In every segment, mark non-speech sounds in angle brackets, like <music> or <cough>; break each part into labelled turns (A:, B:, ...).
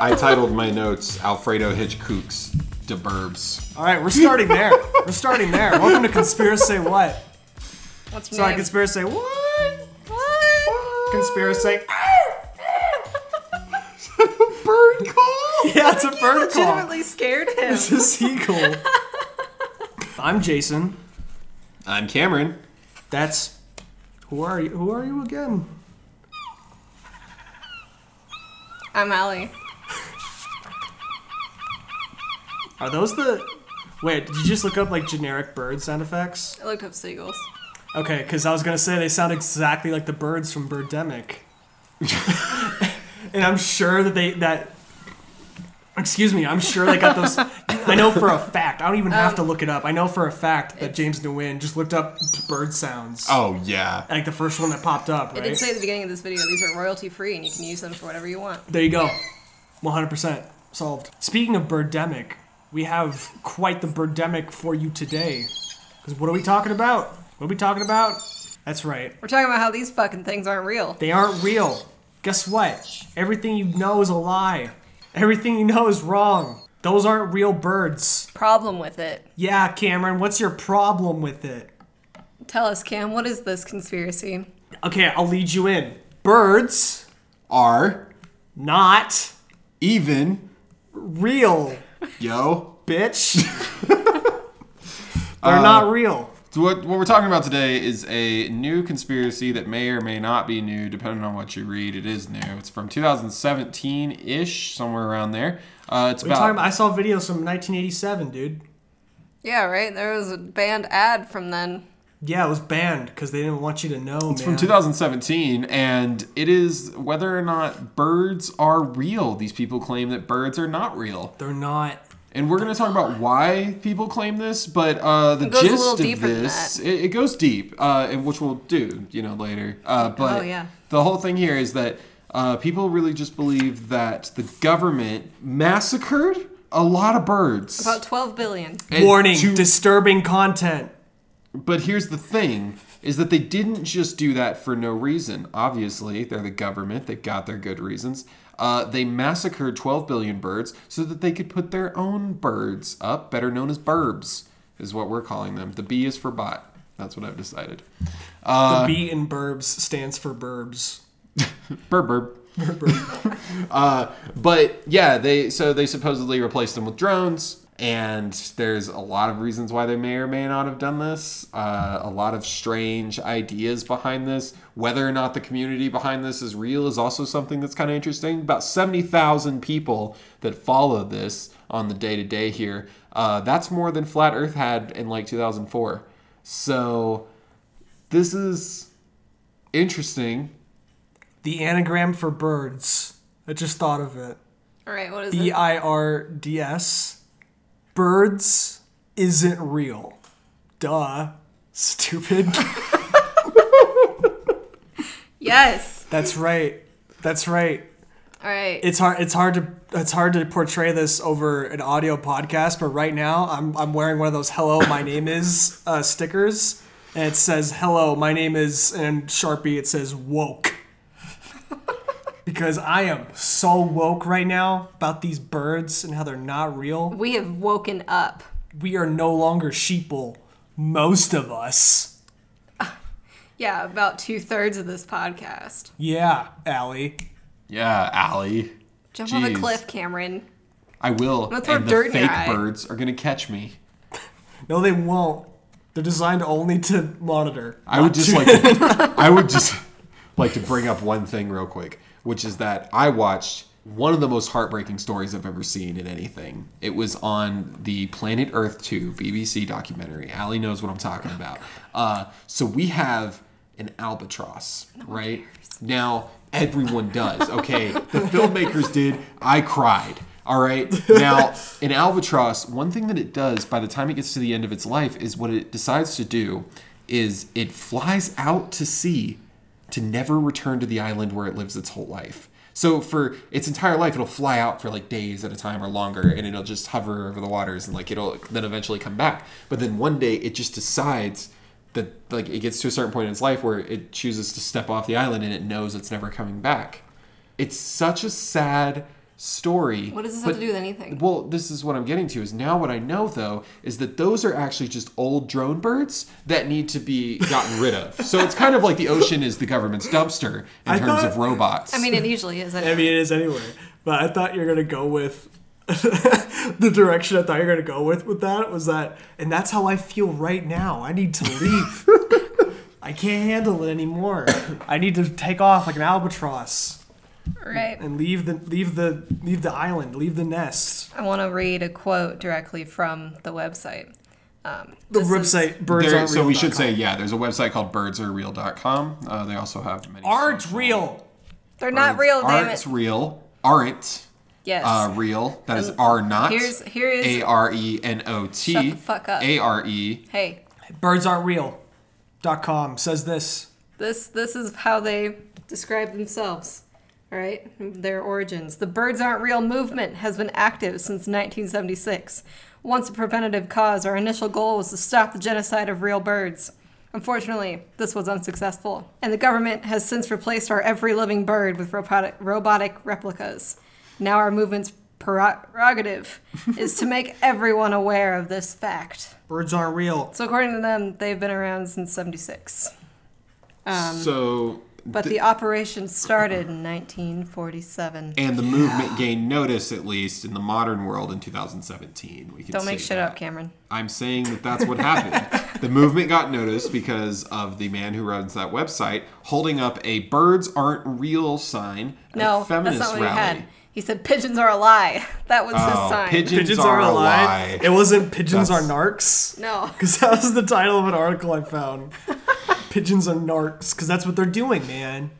A: I titled my notes Alfredo Hitchcock's Deburbs.
B: All right, we're starting there. We're starting there. Welcome to Conspiracy What?
C: What's
B: Sorry,
C: name?
B: Conspiracy What?
C: What? <laughs>
B: Conspiracy.
A: Bird call?
B: Yeah, it's a bird call.
C: Legitimately scared
A: <laughs>
C: him.
B: It's a seagull. I'm Jason.
A: I'm Cameron.
B: That's who are you? Who are you again?
C: I'm Allie.
B: Are those the? Wait, did you just look up like generic bird sound effects?
C: I looked up seagulls.
B: Okay, because I was gonna say they sound exactly like the birds from Birdemic, and I'm sure that they that. Excuse me, I'm sure they got those. I know for a fact. I don't even
C: Um,
B: have to look it up. I know for a fact that James Nguyen just looked up bird sounds.
A: Oh, yeah.
B: Like the first one that popped up,
C: I
B: right?
C: did say at the beginning of this video these are royalty free and you can use them for whatever you want.
B: There you go. 100% solved. Speaking of Birdemic, we have quite the Birdemic for you today. Because what are we talking about? What are we talking about? That's right.
C: We're talking about how these fucking things aren't real.
B: They aren't real. Guess what? Everything you know is a lie. Everything you know is wrong. Those aren't real birds.
C: Problem with it.
B: Yeah, Cameron, what's your problem with it?
C: Tell us, Cam, what is this conspiracy?
B: Okay, I'll lead you in. Birds,
A: Are
B: not
A: even,
B: real,
A: yo.
B: bitch. <laughs> They're
A: Uh,
B: not real.
A: So what, what we're talking about today is a new conspiracy that may or may not be new, depending on what you read. It is new. It's from 2017-ish, somewhere around there. Uh, it's
B: What are you
A: about,
B: talking about? I saw videos from 1987, dude.
C: Yeah, right? There was a banned ad from then.
B: Yeah, it was banned because they didn't want you to know,
A: It's from
B: man.
A: 2017, and it is whether or not birds are real. These people claim that birds are not real.
B: They're not.
A: And we're going to talk about why people claim this, but uh, the
C: goes a little
A: gist of
C: deeper than
A: this,
C: that.
A: it, it goes deep, uh, and which we'll do, you know, later. Uh, but
C: Oh, yeah.
A: the whole thing here is that uh, people really just believe that the government massacred a lot of birds.
C: About 12 billion.
A: And
B: Warning:
A: to-
B: disturbing content.
A: but here's the thing is that they didn't just do that for no reason. Obviously, they're the government, they've got their good reasons. Uh, they massacred 12 billion birds so that they could put their own birds up, better known as burbs, is what we're calling them. The B is for bot. That's what I've decided.
B: the
A: Uh,
B: B in burbs stands for burbs.
A: Burb, burb. <laughs> uh, but yeah, they so they supposedly replaced them with drones, and there's a lot of reasons why they may or may not have done this. Uh, a lot of strange ideas behind this. Whether or not the community behind this is real is also something that's kind of interesting. About seventy thousand people that followed this on the day to day here. Uh, that's more than Flat Earth had in like 2004. So this is interesting.
B: The anagram for birds. I just thought of it.
C: All right, what is
B: B
C: it?
B: I R D S. Birds isn't real. Duh. Stupid. <laughs>
C: Yes.
B: That's right. That's right.
C: All right.
B: It's hard. It's hard to. It's hard to portray this over an audio podcast. But right now, I'm I'm wearing one of those "Hello, my name is" uh, stickers, and it says "Hello, my name is," and Sharpie it says "woke." <laughs> because I am so woke right now about these birds and how they're not real.
C: we have woken up.
B: We are no longer sheeple. Most of us.
C: Yeah, about two thirds of this podcast.
B: Yeah, Allie.
A: Yeah, Allie.
C: Jump on
A: Jeez.
C: a cliff, Cameron.
A: I will.
C: Let's throw
A: and the
C: dirt in your
A: fake
C: eye.
A: birds are gonna catch me.
B: No, they won't. They're designed only to monitor.
A: I would just like. To, I would just like to bring up one thing real quick, which is that I watched one of the most heartbreaking stories I've ever seen in anything. It was on the Planet Earth 2 BBC documentary. Allie knows what I'm talking about. Uh, so we have an albatross, right? Now everyone does. Okay, the filmmakers did. I cried. All right. Now, an albatross, one thing that it does by the time it gets to the end of its life is what it decides to do is it flies out to sea to never return to the island where it lives its whole life. So for its entire life, it'll fly out for like days at a time or longer, and it'll just hover over the waters, and like it'll then eventually come back. But then one day, it just decides that like it gets to a certain point in its life where it chooses to step off the island, and it knows it's never coming back. It's such a sad story.
C: What does this
A: but-
C: have to do with anything?
A: well, this is what I'm getting to is now what I know though is that those are actually just old drone birds that need to be gotten rid of. So it's kind of like the ocean is the government's dumpster in
B: I
A: terms
B: thought-
A: of robots.
C: I mean, it usually is.
B: I mean, it is anyway. But I thought you were gonna go with <laughs> the direction I thought you were gonna go with with that was that, and that's how I feel right now. I need to leave. <laughs> I can't handle it anymore. I need to take off like an albatross
C: right.
B: and leave the leave the leave the island, leave the nest.
C: I want to read a quote directly from the website. Um,
B: The
C: this is-
B: website birds
A: There-
B: aren't
A: so we
B: real.
A: should say yeah, there's a website called birdsarereal.com. Uh, they also have many
B: aren't real.
C: they're not real, damn
A: aren't
C: it.
A: real aren't
C: Yes.
A: uh, real. That is are not.
C: here's- here is-
A: A R E N O T.
C: Shut the fuck up.
A: A R E.
C: hey,
B: Birds aren't real. Dot com says this.
C: This this is how they describe themselves, right? Their origins. The birds aren't real movement has been active since 1976. Once a preventative cause, our initial goal was to stop the genocide of real birds. Unfortunately, this was unsuccessful, and the government has since replaced our every living bird with robotic, robotic replicas. Now our movement's prerogative is to make everyone aware of this fact.
B: Birds aren't real.
C: So according to them, they've been around since 76.
B: Um,
A: so
C: But the operation started in 1947.
A: and the movement gained notice at least in the modern world in 2017. We can
C: Don't make
A: say
C: shit
A: that.
C: up, Cameron.
A: I'm saying that that's
C: <laughs>
A: what happened. the movement got noticed because of the man who runs that website holding up a "birds aren't real" sign at
C: No,
A: a
C: that's
A: feminist
C: not what
A: rally.
C: he had. He said pigeons are a lie. <laughs> That was his
A: Oh,
C: sign.
A: pigeons,
B: Pigeons
A: are,
B: are
A: a
B: alive.
A: lie.
B: It wasn't pigeons are
A: That's-
B: narcs. <laughs>
C: No.
B: Because that was the title of an article
C: <laughs>
B: I found. Pigeons are narcs, because that's what they're doing, man.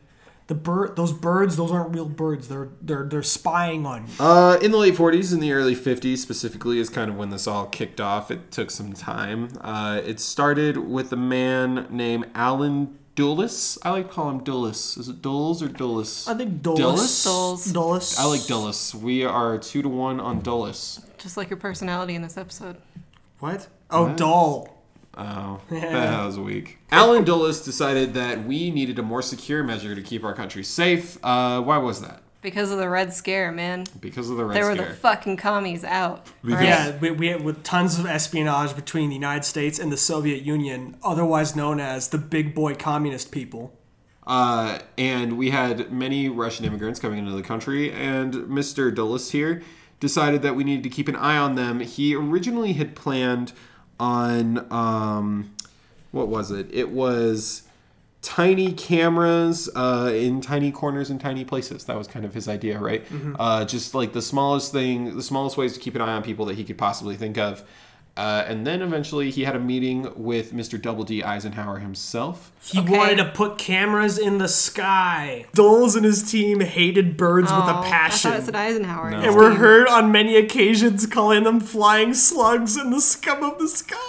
B: The bird, those birds, those aren't real birds. They're they're they're spying on you.
A: Uh, in the late 40s and the early 50s, specifically, is kind of when this all kicked off. It took some time. Uh, it started with a man named Alan Dulles. I like to call him Dulles. Is it Dulles or Dulles?
B: I think Dulles.
A: Uh, Dulles?
C: Dulles.
B: Dulles.
A: I like Dulles. We are two to one on Dulles.
C: Just like your personality in this episode.
A: What?
B: Oh, dull.
A: Oh, that was weak. Alan Dulles decided that we needed a more secure measure to keep our country safe. Uh, why was that?
C: Because of the Red Scare, man.
A: Because of the Red
C: They were
A: Scare.
C: the fucking commies out.
A: Because-
C: right?
B: Yeah, we, we had with tons of espionage between the United States and the Soviet Union, otherwise known as the big boy communist people.
A: Uh, and we had many Russian immigrants coming into the country, and Mr. Dulles here decided that we needed to keep an eye on them. He originally had planned on um, what was it? It was tiny cameras uh, in tiny corners and tiny places. That was kind of his idea, right? Uh, just like the smallest thing, the smallest ways to keep an eye on people that he could possibly think of. Uh, and then eventually he had a meeting with Mr. Double D Eisenhower himself.
B: He
C: Okay.
B: wanted to put cameras in the sky. Doles and his team hated birds with
C: Oh,
B: a passion.
C: I thought it said Eisenhower.
B: and were heard on many occasions calling them flying slugs and the scum of the skies.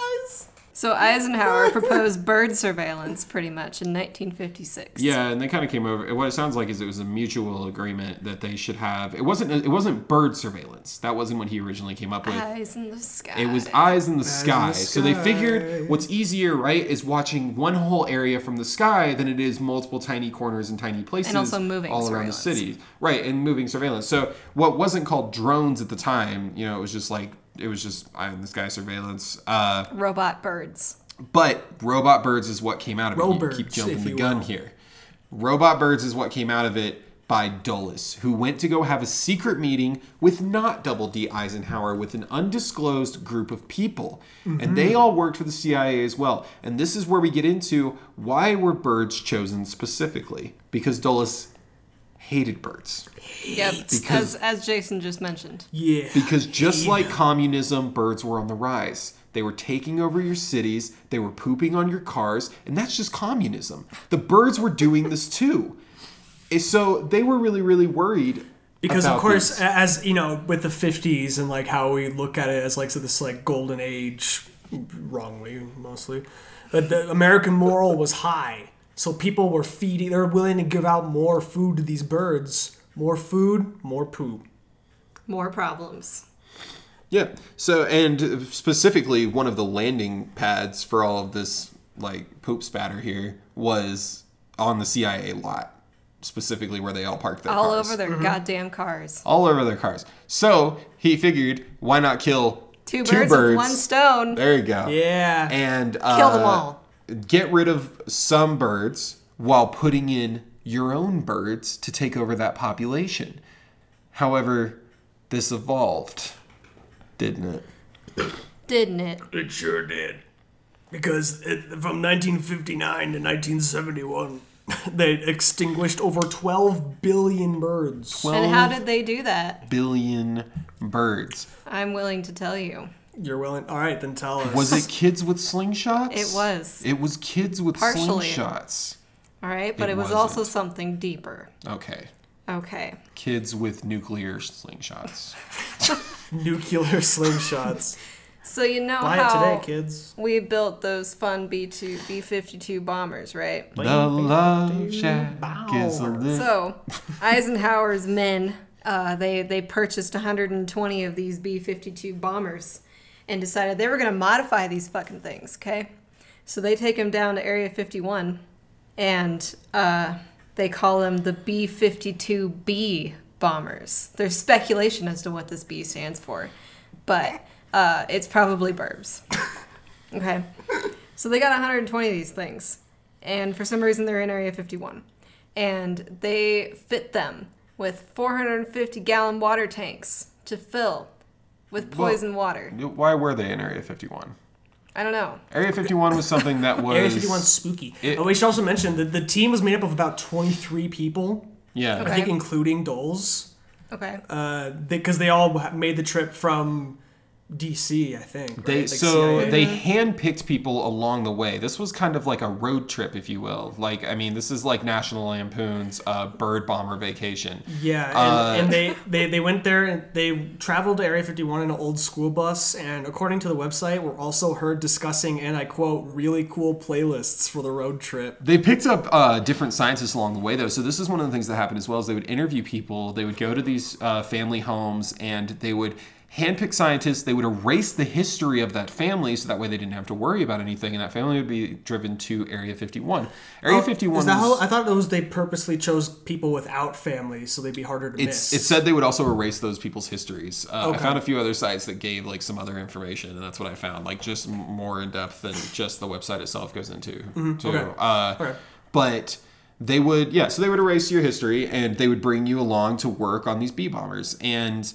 C: So Eisenhower proposed bird surveillance pretty much in 1956.
A: Yeah, and they kind of came over. What it sounds like is it was a mutual agreement that they should have. It wasn't. It wasn't bird surveillance. That wasn't what he originally came up with.
C: Eyes in the sky.
A: it was eyes in the sky.
B: the
A: So they figured what's easier, right, is watching one whole area from the sky than it is multiple tiny corners and tiny places
C: also moving
A: all around the
C: surveillance.
A: city, right? And moving surveillance. So what wasn't called drones at the time, you know, it was just like it was just eye in the sky surveillance. Uh,
C: Robot birds.
A: but Robot Birds is what came out of it. You
B: Robirds,
A: keep
B: if
A: jumping the
B: you
A: gun
B: will.
A: here. Robot Birds is what came out of it by Dulles, who went to go have a secret meeting with not Double D Eisenhower, with an undisclosed group of people. And
B: Mm-hmm.
A: they all worked for the CIA as well. And this is where we get into why were birds chosen specifically? Because Dulles hated birds.
C: Yeah,
A: Because-
C: as, as Jason just mentioned.
B: Yeah.
A: Because just like communism, birds were on the rise. They were taking over your cities, they were pooping on your cars, and that's just communism. The birds were doing this too. Eh, So they were really, really worried.
B: Because of
A: about
B: course, eh
A: this.
B: as you know, with the '50s and like how we look at it as like so this like golden age, wrongly mostly, but the American moral was high, so people were feeding. They're willing to give out more food to these birds More food, more poop.
C: More problems.
A: Yeah. So, and specifically, one of the landing pads for all of this, like, poop spatter here was on the CIA lot, specifically where they all parked their
C: All
A: cars.
C: over their goddamn cars.
A: all over their cars. So, he figured, why not kill
C: Two, birds, with one stone.
A: There you go.
B: Yeah.
A: And uh,
C: Kill them all.
A: Get rid of some birds while putting in your own birds to take over that population. However, this evolved, didn't it?
C: Didn't it?
B: It sure did. Because it, from 1959 to 1971, <laughs> they extinguished over 12 billion birds.
A: Well,
C: And how did they do that?
A: billion birds.
C: I'm willing to tell you.
B: You're willing? All right, then tell us. <laughs>
A: Was it kids with slingshots?
C: It was.
A: It was kids with
C: Partially.
A: slingshots.
C: All right, but
A: It
C: it, was
A: wasn't.
C: also something deeper.
A: Okay.
C: Okay.
A: Kids with nuclear
C: <laughs>
A: slingshots.
B: nuclear slingshots?
C: So you know
B: Buy
C: how
B: it today, kids.
C: we built those fun B2 B52 bombers, right?
A: the love shack is a little.
C: So, Eisenhower's men, uh, they they purchased 120 of these B-52 bombers, and decided they were going to modify these fucking things. Okay, so they take them down to Area 51, and uh, they call them the B-52B bombers. There's speculation as to what this B stands for, but uh, it's probably burbs. Okay. So they got 120 of these things. And for some reason, they're in Area 51. And they fit them with 450 gallon water tanks to fill with
A: Well-
C: poison water.
A: Why were they in Area 51?
C: I don't know.
A: Area 51 was something that was.
B: <laughs> Area 51 's spooky.
A: it-
B: oh, we should also mention that the team was made up of about 23 people,
A: Yeah.
B: I
C: Okay.
B: think including Doles,
C: Okay.
B: because they, 'cause they all ha- made the trip from DC, I think. right?
A: They,
B: Like
A: so
B: CIA.
A: they handpicked people along the way. This was kind of like a road trip, if you will. Like, I mean, this is like National Lampoon's uh, bird bomber vacation.
B: Yeah, and,
A: Uh,
B: and they, they they went there and they traveled to Area 51 in an old school bus, and according to the website, were also heard discussing and I quote really cool playlists for the road trip.
A: They picked up uh, different scientists along the way, though. So this is one of the things that happened as well. Is they would interview people. They would go to these uh, family homes and they would handpick scientists. They would erase the history of that family, so that way they didn't have to worry about anything, and that family would be driven to Area 51. Area 51.
B: Oh, Is that
A: was-
B: how, I thought those they purposely chose people without families so they'd be harder to
A: it's,
B: miss.
A: it said they would also erase those people's histories. Uh, I
B: Okay.
A: found a few other sites that gave like some other information, and that's what I found, like just m- more in depth than just the website itself goes into. too.
B: Mm-hmm. okay.
A: Uh,
B: Okay.
A: But they would, yeah, so they would erase your history, and they would bring you along to work on these bee bombers, and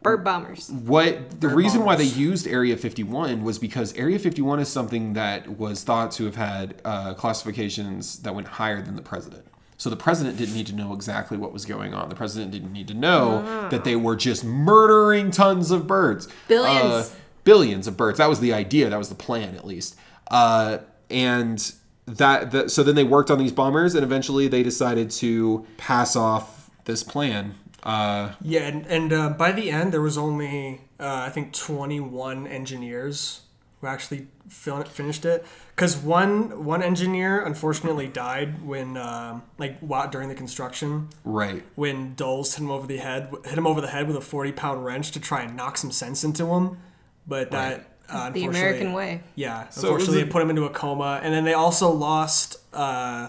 C: Bird bombers.
A: uh, what the reason why they used Area 51 was because Area 51 is something that was thought to have had uh, classifications that went higher than the president. So the president didn't need to know exactly what was going on. The president didn't need to know that they were just murdering tons of birds. Uh,
C: Billions.
A: billions of birds. That was the idea. That was the plan, at least. Uh, and that, that so then they worked on these bombers, and eventually they decided to pass off this plan. Uh,
B: yeah, and, and uh, by the end, there was only uh, I think 21 engineers who actually fin- finished it because one one engineer unfortunately died when um, like while, during the construction.
A: right.
B: when Dulles hit him over the head, hit him over the head with a forty pound wrench to try and knock some sense into him, but that uh,
C: The
B: unfortunately,
C: American way.
B: yeah,
A: it was
B: unfortunately,
A: a-
B: it put him into a coma, and then they also lost uh,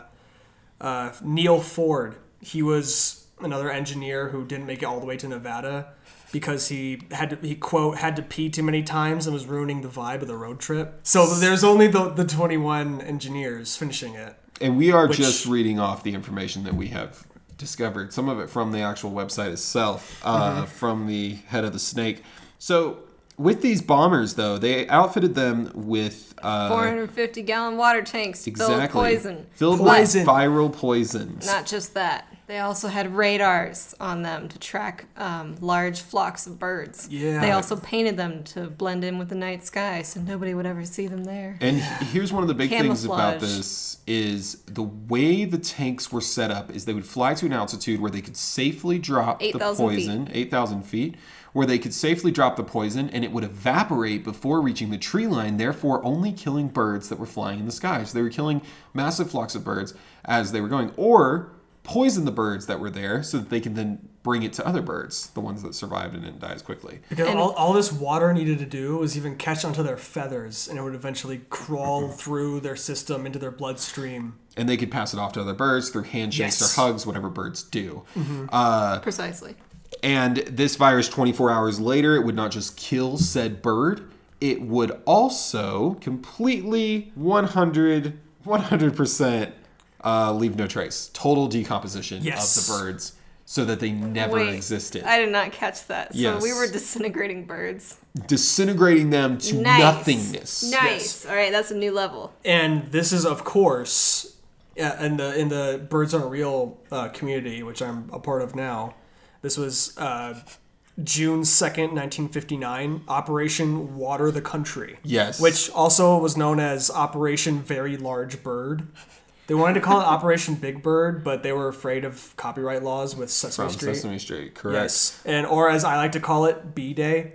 B: uh, Neil Ford. He was another engineer who didn't make it all the way to Nevada because he had to he quote had to pee too many times and was ruining the vibe of the road trip. So there's only the the twenty one engineers finishing it.
A: And we are just reading off the information that we have discovered. Some of it from the actual website itself, uh, from the head of the snake. So, with these bombers, though, they outfitted them with uh,
C: 450 gallon water tanks filled with
A: exactly
C: poison.
A: filled
B: Poison.
A: with viral poisons.
C: Not just that. They also had radars on them to track um, large flocks of birds.
B: Yeah.
C: They also painted them to blend in with the night sky so nobody would ever see them there.
A: And he- here's one of the big things about
C: Camouflage.
A: this is the way the tanks were set up is they would fly to an altitude where they could safely drop the
C: 8,000 feet.
A: poison, 8,000 feet, where they could safely drop the poison and it would evaporate before reaching the tree line, therefore only killing birds that were flying in the sky. So they were killing massive flocks of birds as they were going or poison the birds that were there so that they can then bring it to other birds, the ones that survived and didn't die as quickly.
B: Because
C: And-
B: all, all this water needed to do was even catch onto their feathers, and it would eventually
A: Mm-hmm.
B: crawl through their system into their bloodstream.
A: And they could pass it off to other birds through handshakes
B: Yes.
A: or hugs, whatever birds do.
C: Precisely.
A: And this virus, 24 hours later, it would not just kill said bird, it would also completely 100, 100% uh, leave no trace. Total decomposition
B: Yes.
A: of the birds so that they never
C: Wait, Uh,
A: existed.
C: I did not catch that. So
A: Yes.
C: we were disintegrating birds.
A: Disintegrating them to
C: Nice.
A: nothingness.
C: Nice. All right, that's a new level.
B: And this is, of course, yeah, in the in the Birds Aren't Real uh, community, which I'm a part of now. This was uh, June second, nineteen fifty nine. Operation Water the Country.
A: Yes.
B: which also was known as Operation Very Large Bird. They wanted to
A: <laughs>
B: call it Operation Big Bird, but they were afraid of copyright laws with Sesame
A: From
B: Street.
A: Sesame Street, correct.
B: Yes, and or as I like to call it, B Day.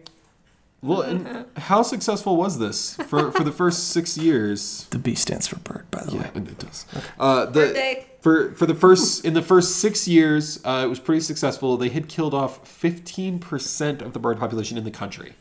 A: Well,
C: <laughs>
A: and how successful was this for, for the first six years?
B: The B stands for bird, by the way.
A: And it does. Uh, the,
C: Birthday.
A: for for the first in the first six years, uh, it was pretty successful. They had killed off fifteen percent of the bird population in the country.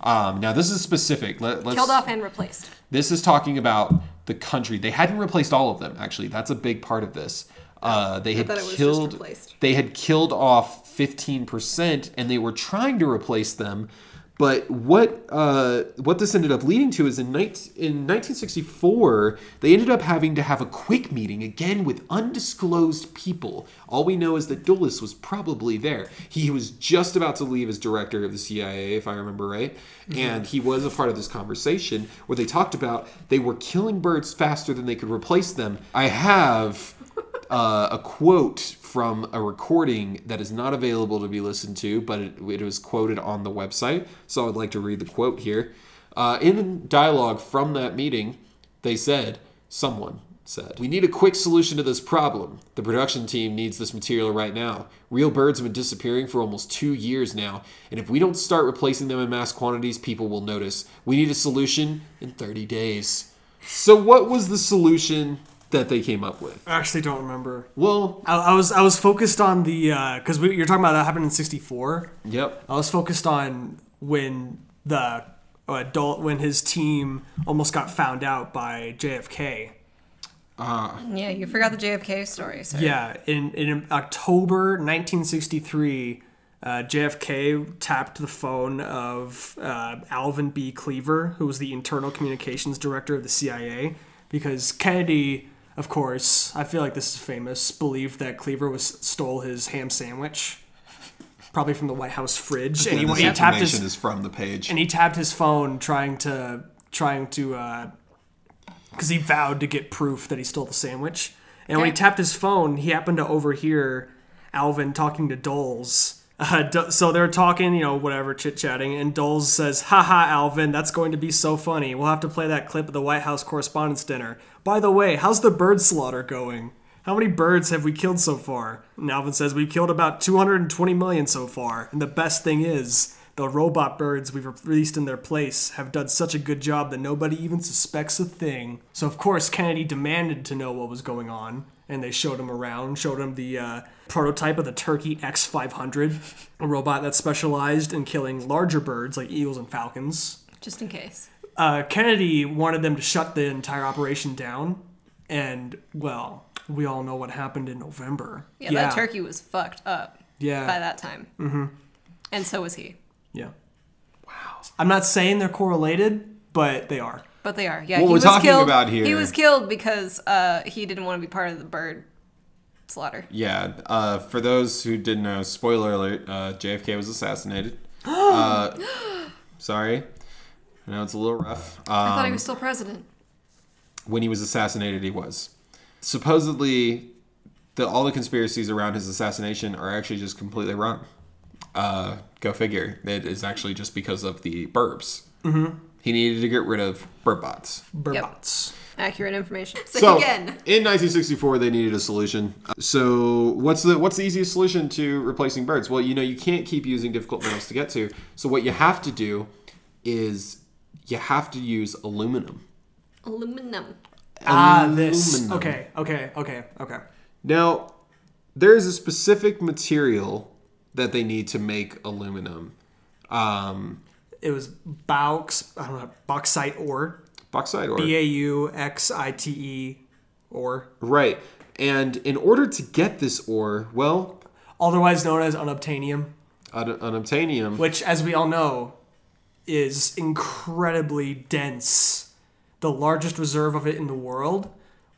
A: Um, now this is specific. Let, let's,
C: Killed off and replaced.
A: This is talking about the country. They hadn't replaced all of them. Actually, that's a big part of this. Uh, they had
C: thought it was just
A: killed.
C: replaced.
A: they had killed off fifteen percent, and they were trying to replace them. But what uh, what this ended up leading to is in, 19, in 1964, they ended up having to have a quick meeting again with undisclosed people. All we know is that Dulles was probably there. He was just about to leave as director of the CIA, if I remember right, and he was a part of this conversation where they talked about they were killing birds faster than they could replace them. I have uh, a quote from a recording that is not available to be listened to, but it, it was quoted on the website. So I would like to read the quote here. Uh, in dialogue from that meeting, they said, someone said, We need a quick solution to this problem. The production team needs this material right now. Real birds have been disappearing for almost two years now, and if we don't start replacing them in mass quantities, people will notice. We need a solution in 30 days. So, what was the solution that they came up with?
B: I actually don't remember.
A: Well,
B: I, I was I was focused on the because we you're talking about that happened in '64.
A: yep.
B: I was focused on when the adult when his team almost got found out by JFK.
C: Yeah, you forgot the JFK story. Sorry.
B: Yeah, in, in October 1963, uh, JFK tapped the phone of uh, Alvin B. Cleaver, who was the internal communications director of the CIA, because Kennedy, of course, I feel like this is famous, believed that Cleaver was stole his ham sandwich, probably from the White House fridge. and he,
A: this
B: he tapped his
A: information is from the page.
B: and he tapped his phone trying to trying to because he vowed to get proof that he stole the sandwich and when he
C: Okay.
B: tapped his phone he happened to overhear alvin talking to doles <laughs> uh, Do- so they're talking you know whatever chit-chatting and doles says haha alvin that's going to be so funny we'll have to play that clip of the white house correspondence dinner by the way how's the bird slaughter going how many birds have we killed so far? And Alvin says, We've killed about 220 million so far. And the best thing is, the robot birds we've released in their place have done such a good job that nobody even suspects a thing. So, of course, Kennedy demanded to know what was going on. And they showed him around, showed him the uh, prototype of the Turkey X500, a robot that specialized in killing larger birds like eagles and falcons
C: Just in case.
B: uh, Kennedy wanted them to shut the entire operation down, and well, we all know what happened in November.
C: Yeah, that turkey was fucked up
B: Yeah.
C: by that time. Mm-hmm. And so was he.
B: Yeah. Wow. I'm not saying they're correlated, but they are.
C: But they are. Yeah,
A: What
C: he
A: we're
C: was
A: talking
C: killed.
A: about
C: He
A: here-
C: was killed because uh, he didn't want to be part of the bird slaughter.
A: yeah, uh, for those who didn't know, spoiler alert: uh, JFK was assassinated. uh, sorry, I know it's a little rough.
C: I
A: Uh,
C: thought he was still president.
A: when he was assassinated, he was supposedly the, all the conspiracies around his assassination are actually just completely wrong. Uh, go figure. It is actually just because of the burbs. Mm-hmm. He needed to get rid of burb bots.
B: Burbots.
C: Accurate information. So,
A: So
C: again,
A: in 1964, they needed a solution. Uh, So what's the what's the easiest solution to replacing birds? Well, you know you can't keep using difficult metals to get to. So what you have to do is you have to use aluminum.
C: aluminum.
B: Ah, this.
A: Aluminum.
B: Okay, okay, okay, okay.
A: Now, there is a specific material that they need to make aluminum. Um,
B: It was Baux, I don't know, bauxite ore,
A: bauxite ore.
B: B A U X I T E ore,
A: Right. And in order to get this ore, well,
B: otherwise known as unobtainium,
A: un- unobtainium.
B: which, as we all know, is incredibly dense. The largest reserve of it in the world.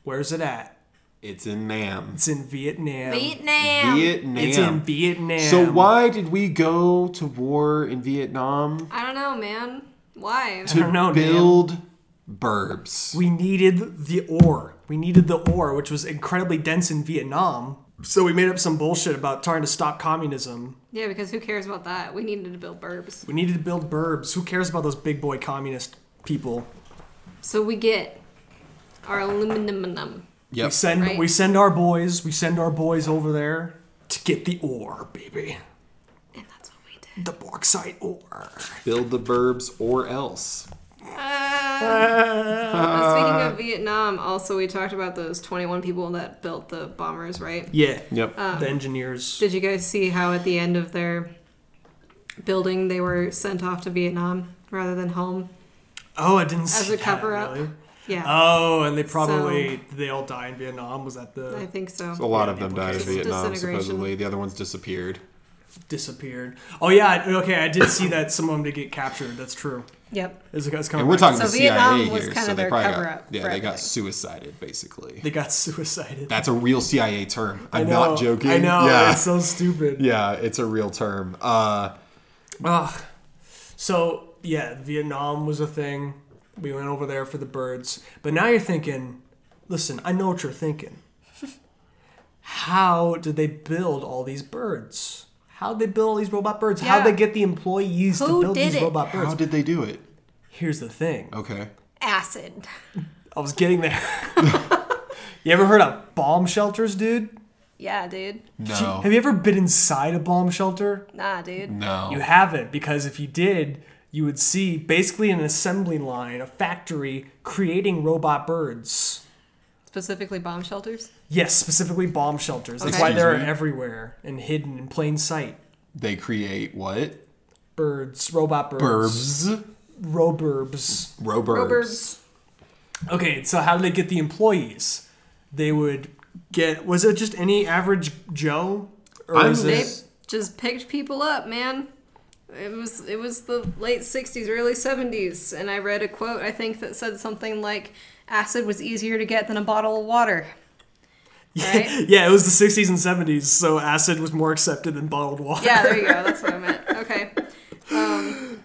B: Where's it at?
A: It's in Nam.
B: It's in Vietnam.
A: um,
C: Vietnam.
A: Vietnam.
B: It's in Vietnam.
A: So why did we go to war in Vietnam?
C: I don't know, man. Why?
A: To
B: don't know, Nam.
A: build burbs.
B: we needed the ore. We needed the ore, which was incredibly dense in Vietnam. So we made up some bullshit about trying to stop communism.
C: Yeah, because who cares about that? We needed to build burbs.
B: We needed to build burbs. Who cares about those big boy communist people?
C: So we get our aluminum.
A: yep.
B: We send
C: Right.
B: we send our boys. We send our boys over there to get the ore, baby.
C: And that's what we did.
B: The bauxite ore.
A: build the burbs or else.
C: Uh, speaking of Vietnam, also we talked about those 21 people that built the bombers, right?
B: Yeah. Um,
A: Yep.
C: Uh,
B: the engineers.
C: Did you guys see how at the end of their building they were sent off to Vietnam rather than home?
B: Oh, I didn't
C: As
B: see
C: a
B: that,
C: cover up.
B: really.
C: Yeah,
B: Oh, and they probably did they all die in Vietnam. Was that the
C: I think Oh. so.
A: a lot of them died in
C: Just
A: Vietnam,
C: disintegration.
A: supposedly. The other ones disappeared.
B: disappeared? Oh yeah. I- Okay, I did see that some of them did get captured. That's true.
C: Yep.
B: It's, it's coming
A: And we're
B: back.
A: talking
C: So
A: the
C: Vietnam
A: CIA
C: was
A: here,
C: kind
A: so
C: of
A: they
C: their
A: probably got,
C: cover-up
A: yeah,
C: for
A: they got
C: everything.
A: suicided basically.
B: They got <laughs> suicided.
A: That's a real CIA term. I'm
B: I know,
A: not joking.
B: I know.
A: Yeah.
B: It's so stupid.
A: yeah, it's a real term. Uh,
B: Ugh. So yeah, Vietnam was a thing. We went over there for the birds. But now you're thinking, listen, I know what you're thinking. How did they build all these birds? How'd they build all these robot birds? How'd
C: Yeah.
B: they get the employees to
C: Who
B: build
C: did
B: these
C: it?
B: robot birds?
A: how did they do it?
B: Here's the thing.
A: Okay.
C: Acid. <laughs>
B: I was getting there. <laughs> you ever heard of bomb shelters, dude?
C: Yeah, dude.
A: No.
B: Have you ever been inside a bomb shelter?
C: Nah, dude.
A: no.
B: You haven't, because if you did, you would see basically an assembly line, a factory creating robot birds.
C: Specifically bomb shelters.
B: Yes, specifically bomb shelters. That's
C: Okay.
B: why they're
A: Excuse me?
B: everywhere and hidden in plain sight.
A: they create what?
B: Birds, robot birds,
A: Burbs.
B: roburbs.
A: Roburbs.
C: Burbs.
B: Okay, so how did they get the employees? They would get. Was it just any average Joe? Or
A: I'm-
B: was
C: They
B: it?
C: just picked people up, man. It was it was the late '60s, early '70s, and I read a quote I think that said something like, "Acid was easier to get than a bottle of water." Right?
B: <laughs> Yeah, it was the 60s and 70s, so acid was more accepted than bottled water.
C: yeah, there you <laughs> go. That's what I meant. Okay.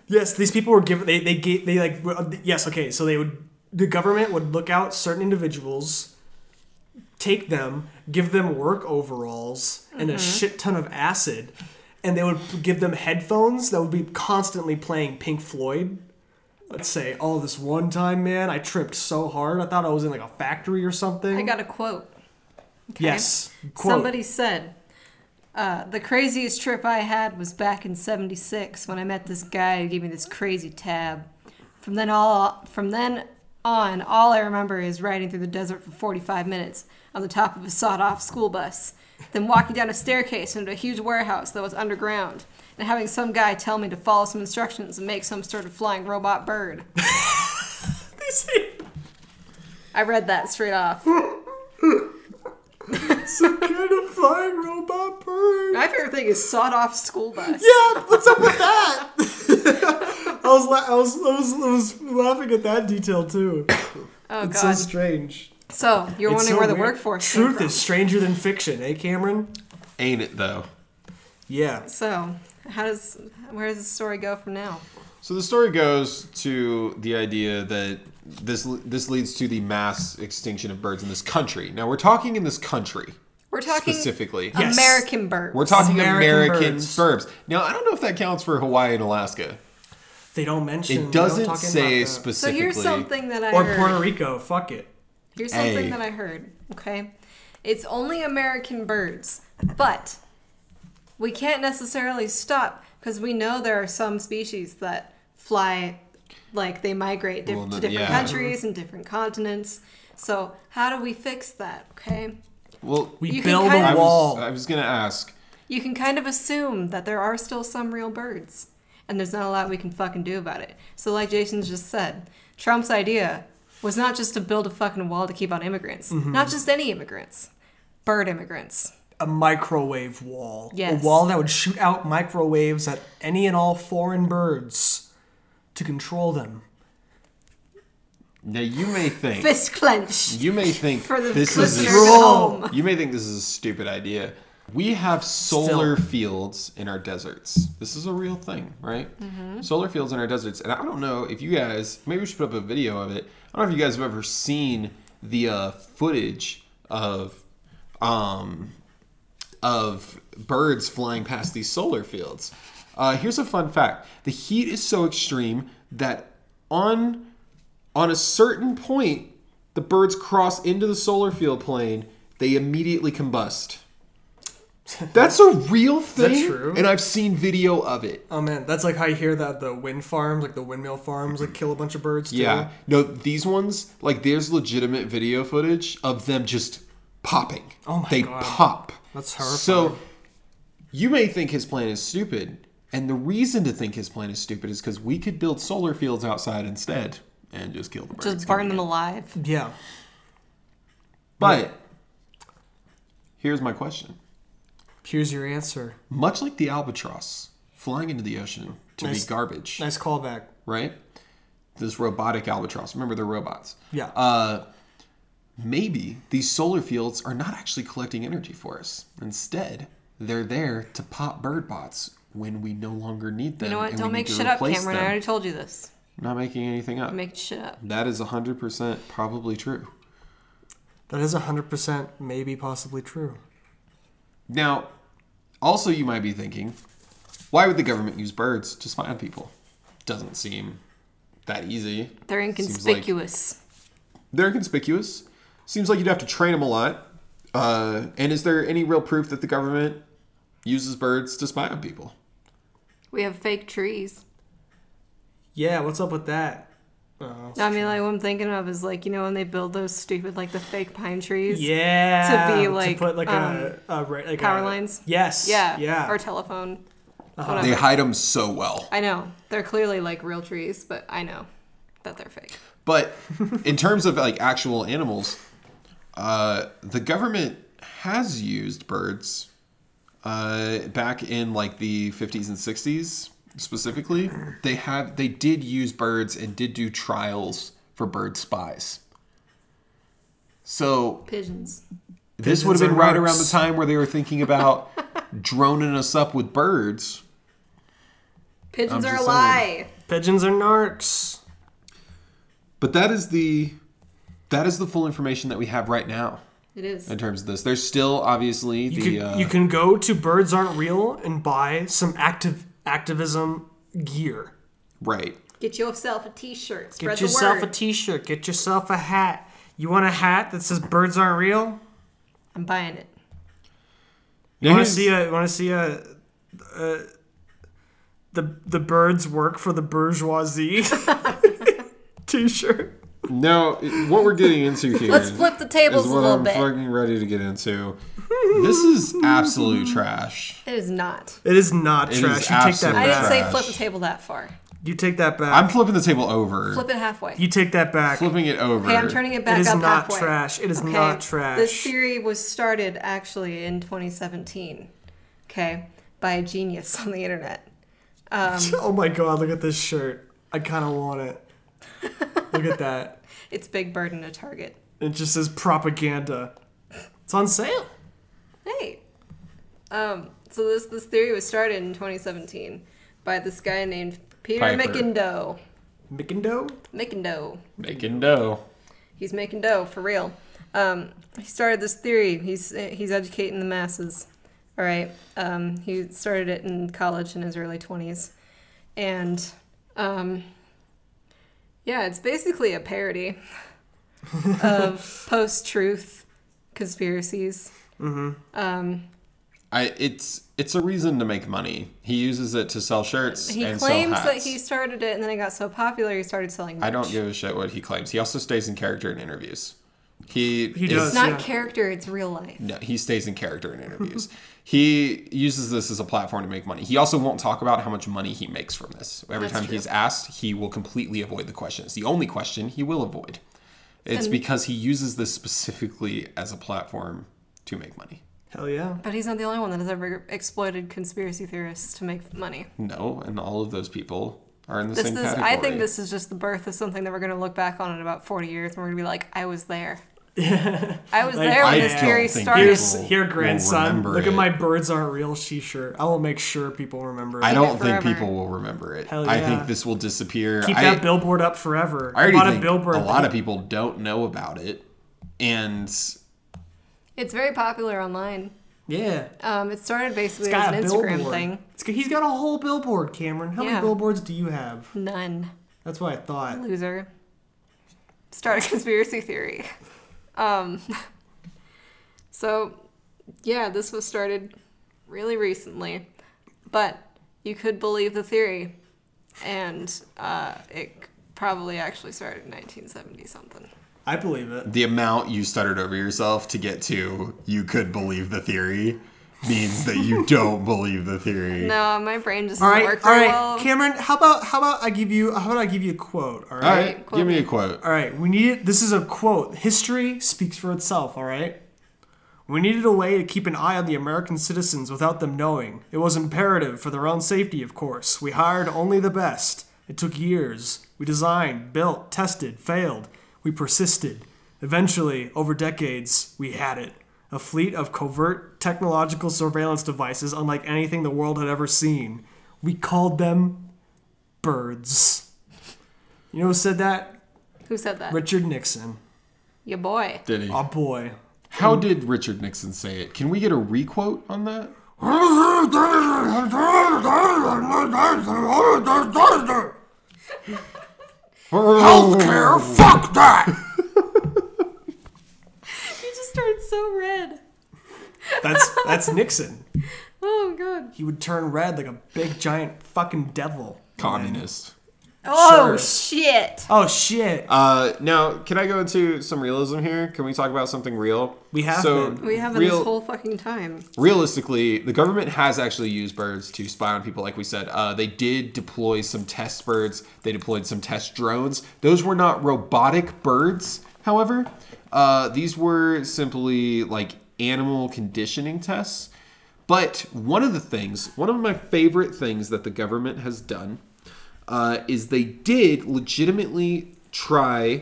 B: Yes, these people were given. They they gave they like were- uh, yes. Okay, so they would the government would look out certain individuals, take them, give them work overalls and
C: Mm-hmm.
B: a shit ton of acid, and they would give them headphones that would be constantly playing Pink Floyd. Let's say, oh, this one time, man, I tripped so hard, I thought I was in like a factory or something.
C: I got a quote. Okay?
B: yes. Quote,
C: Somebody said, uh, "The craziest trip I had was back in '76 when I met this guy who gave me this crazy tab. From then all, from then on, all I remember is riding through the desert for 45 minutes on the top of a sawed-off school bus, then walking down a staircase into a huge warehouse that was underground." And having some guy tell me to follow some instructions and make some sort of flying robot bird.
B: <laughs> They say-
C: I read that straight
B: <laughs>
C: off.
B: some kind of flying robot bird.
C: My favorite thing is sawed off school bus.
B: Yeah, what's up with that? <laughs> I was, la- I was I was I was laughing at that detail too.
C: Oh
B: It's
C: god.
B: so strange.
C: So you're
B: It's
C: wondering
B: so
C: where the
B: weird.
C: workforce came
B: Truth
C: from.
B: is stranger than fiction, eh, Cameron?
A: Ain't it though?
B: Yeah.
C: So, how does where does the story go from now?
A: So the story goes to the idea that this this leads to the mass extinction of birds in this country. Now we're talking in this country
C: We're talking
A: specifically.
B: Yes.
C: American birds.
A: We're talking
B: American
A: American,
B: birds.
A: birds. Now I don't know if that counts for Hawaii and Alaska.
B: They don't mention. they
A: It
B: don't
A: doesn't
B: talk in
A: say
B: about that.
C: so
A: specifically.
C: here's something that I
B: Or
C: heard.
B: Puerto Rico. Fuck it.
C: here's something
A: Hey.
C: that I heard. Okay, it's only American birds, but we can't necessarily stop because we know there are some species that fly, like they migrate diff-
A: Well,
C: to
A: the-
C: different
A: yeah.
C: countries and different continents. So how do we fix that? Okay,
A: Well,
B: We
C: You can
B: build
A: I
B: a
C: kind
A: was, uh,
B: wall.
A: I was gonna ask.
C: You can kind of assume that there are still some real birds, and there's not a lot we can fucking do about it. So, like Jason just said, Trump's idea was not just to build a fucking wall to keep out immigrants,
A: Mm-hmm.
C: not just any immigrants, bird immigrants.
B: a microwave wall.
C: Yes.
B: A wall that would shoot out microwaves at any and all foreign birds to control them.
A: Now you may think
C: Fist clenched
A: you may think
C: for the
A: this is
C: listeners
A: a
C: at
B: rule.
C: home.
A: You may think this is a stupid idea. We have solar fields in our deserts. This is a real thing, right? Solar fields in our deserts. And I don't know if you guys, maybe we should put up a video of it. I don't know if you guys have ever seen the uh, footage of um, of birds flying past these solar fields. Uh, here's a fun fact: the heat is so extreme that on on a certain point, the birds cross into the solar field plane. They immediately
B: <laughs>
A: combust. That's a real thing,
B: true?
A: and I've seen video of it.
B: Oh man, that's like how you hear that the wind farms, like the windmill farms, like kill a bunch of birds. Too.
A: Yeah, no, these ones like there's legitimate video footage of them just popping.
B: Oh my
A: they
B: God.
A: pop.
B: That's horrifying.
A: So you may think his plan is stupid, and the reason to think his plan is stupid is because we could build solar fields outside instead and just kill the birds.
C: Just burn them alive.
B: Yeah.
A: But here's my question:
B: Here's your answer.
A: Much like the albatross flying into the ocean to
B: Nice.
A: be garbage,
B: Nice callback.
A: right? This robotic albatross. Remember, they're robots.
B: Yeah.
A: Uh, maybe these solar fields are not actually collecting energy for us. Instead, they're there to pop bird bots when we no longer need them.
C: You know what?
A: and
C: Don't
A: we
C: make
A: need to
C: shit up,
A: replace
C: Cameron. I
A: them.
C: already told you this.
A: I'm not making anything up.
C: Make shit up.
A: That is 100% probably true.
B: that is 100% maybe possibly true.
A: Now, also, you might be thinking, why would the government use birds to spy on people? Doesn't seem that easy.
C: They're
A: Seems like-
C: inconspicuous.
A: They're inconspicuous. Seems like you'd have to train them a lot. Uh, and is there any real proof that the government uses birds to spy on people?
C: We have fake trees.
B: Yeah, what's up with that? Oh.
C: I mean, like what I'm thinking of is like you know when they build those stupid like the fake pine trees.
B: Yeah.
C: To be like,
B: put like
C: um,
B: a, a ra- like
C: power
B: a-
C: lines?
B: Yes.
C: Yeah.
B: Yeah. Uh-huh.
C: Or telephone.
A: They
C: Whatever.
A: hide them so well.
C: I know they're clearly like real trees, but I know that they're fake.
A: But in terms of like actual animals, uh, the government has used birds uh, back in like the 50s and 60s specifically. They have they did use birds and did do trials for bird spies. So
C: Pigeons.
A: this would have
B: Pigeons
A: been
B: are
A: right
B: mercs.
A: around the time where they were thinking about
C: <laughs>
A: droning us up with birds.
C: Pigeons
A: I'm
C: are a
A: just
C: lie.
B: Pigeons are narcs.
A: But that is the that is the full information that we have right now.
C: It is.
A: in terms of this. There's still obviously the
B: You, could,
A: uh,
B: you can go to Birds Aren't Real and buy some active activism gear.
A: right.
C: Get yourself a T-shirt. Spread
B: Get yourself
C: the
B: a
C: word. i
B: T-shirt. Get yourself a hat. You want a hat that says "Birds Aren't Real"?
C: I'm buying it.
B: You want to see a? You want to see a? Uh, the the birds work for the bourgeoisie. <laughs> T-shirt.
A: No, what we're
C: <laughs>
A: getting into here.
C: Let's flip the tables
A: is
C: a
A: what
C: little
A: I'm
C: bit.
A: fucking ready to
C: <laughs>
A: get into. This is absolute trash.
C: It is not.
B: It is not
A: It
B: trash.
A: is
B: you take that
A: absolute
C: I didn't
B: back.
A: trash.
C: say flip the table that far.
B: You take that back.
A: I'm flipping the table over.
C: Flip it halfway.
B: you take that back.
A: Flipping it over.
C: Okay, I'm turning it back
B: It is
C: up
B: not
C: halfway.
B: trash. It is
C: Okay,
B: not trash.
C: This theory was started actually in 2017, okay, by a genius <laughs> on the internet. Um,
B: <laughs> oh my god! Look at this shirt. I kind of want it. Look at that.
C: It's Big Bird and a Target.
B: It just says propaganda. It's on sale.
C: Hey. Um, so this this theory was started in 2017 by this guy named Peter
A: Piper.
C: Mckindo.
B: Mickendo?
C: Mckindo.
A: Making dough.
C: He's making dough for real. Um, he started this theory. He's he's educating the masses. All right. Um, he started it in college in his early twenties, and um, yeah, it's basically a parody of post-truth conspiracies.
A: I it's it's a reason to make money. He uses it to sell shirts
C: He
A: and
C: claims
A: sell
C: that
A: hats.
C: he started it, and then it got so popular he started selling. Merch.
A: I don't give a shit what he claims. He also stays in character in interviews. He
B: He
A: is-
B: does.
C: It's not
B: Yeah.
C: character, it's real life.
A: No, he stays in character in interviews. he uses this as a platform to make money. He also won't talk about how much money he makes from this. Every
C: That's
A: time
C: true.
A: he's asked, he will completely avoid the question. It's the only question he will avoid. It's
C: And-
A: because he uses this specifically as a platform to make money.
B: Hell yeah.
C: But he's not the only one that has ever exploited conspiracy theorists to make money.
A: No, and all of those people are in the
C: This
A: same
C: is,
A: category.
C: I think this is just the birth of something that we're going to look back on in about 40 years and we're going to be like, I was
B: <laughs>
C: there. I was
B: Like,
C: there when
B: I
C: this
B: don't
C: theory
A: think
C: started.
A: people-
B: Here's
A: will-
B: here,
A: will
B: grandson.
A: remember
B: Look
A: it.
B: at my birds aren't real t-shirt. I will make sure people remember it.
A: I don't
C: forever.
A: think people will remember it.
B: Hell
A: I
B: yeah.
A: think this will disappear.
B: Keep
A: I,
B: that billboard up forever.
A: I already
B: bought
A: think
B: a billboard.
A: a lot of people don't know about it, and
C: It's very popular online.
B: yeah.
C: Um, it started basically
B: It's got
C: as an
B: a
C: Instagram
B: billboard.
C: thing.
B: It's- he's got a whole billboard, Cameron. How
C: Yeah.
B: many billboards do you have?
C: None.
B: That's what I thought.
C: Loser. Start a conspiracy theory. Um, so, yeah, this was started really recently, but you could believe the theory, and uh, it probably actually started in 1970 something.
B: I believe it.
A: the amount you stuttered over yourself to get to you could believe the theory means that
D: <laughs>
A: you don't believe the theory.
C: No, my brain just
B: All
C: doesn't
B: right,
C: work
B: all
C: very
B: right,
C: well.
B: Cameron. How about how about I give you how about I give you a quote? All right.
A: All right,
C: quote
A: give me
C: me.
A: a quote.
B: All right, we needed. This is a quote. History speaks for itself. All right. We needed a way to keep an eye on the American citizens without them knowing. It was imperative for their own safety, of course. We hired only the best. It took years. We designed, built, tested, failed. We persisted. Eventually, over decades, we had it. A fleet of covert technological surveillance devices unlike anything the world had ever seen. We called them birds. You know who said that?
C: Who said that?
B: Richard Nixon.
C: Your boy.
A: Did he?
B: Oh boy.
A: How did Richard Nixon say it? Can we get a requote on that?
D: Healthcare, fuck that!
C: You just turned so red.
B: That's <laughs> that's Nixon.
C: Oh god.
B: He would turn red like a big giant fucking devil.
A: Communist.
C: Oh
B: Sure.
C: shit.
B: Oh shit.
A: Uh, now, can I go into some realism here? Can we talk about something real?
B: We have
A: So,
B: been.
C: We have
A: real,
C: this whole fucking time.
A: realistically, the government has actually used birds to spy on people, like we said. Uh, they did deploy some test birds, they deployed some test drones. Those were not robotic birds, however. Uh, these were simply like animal conditioning tests. But one of the things, one of my favorite things that the government has done uh, is they did legitimately try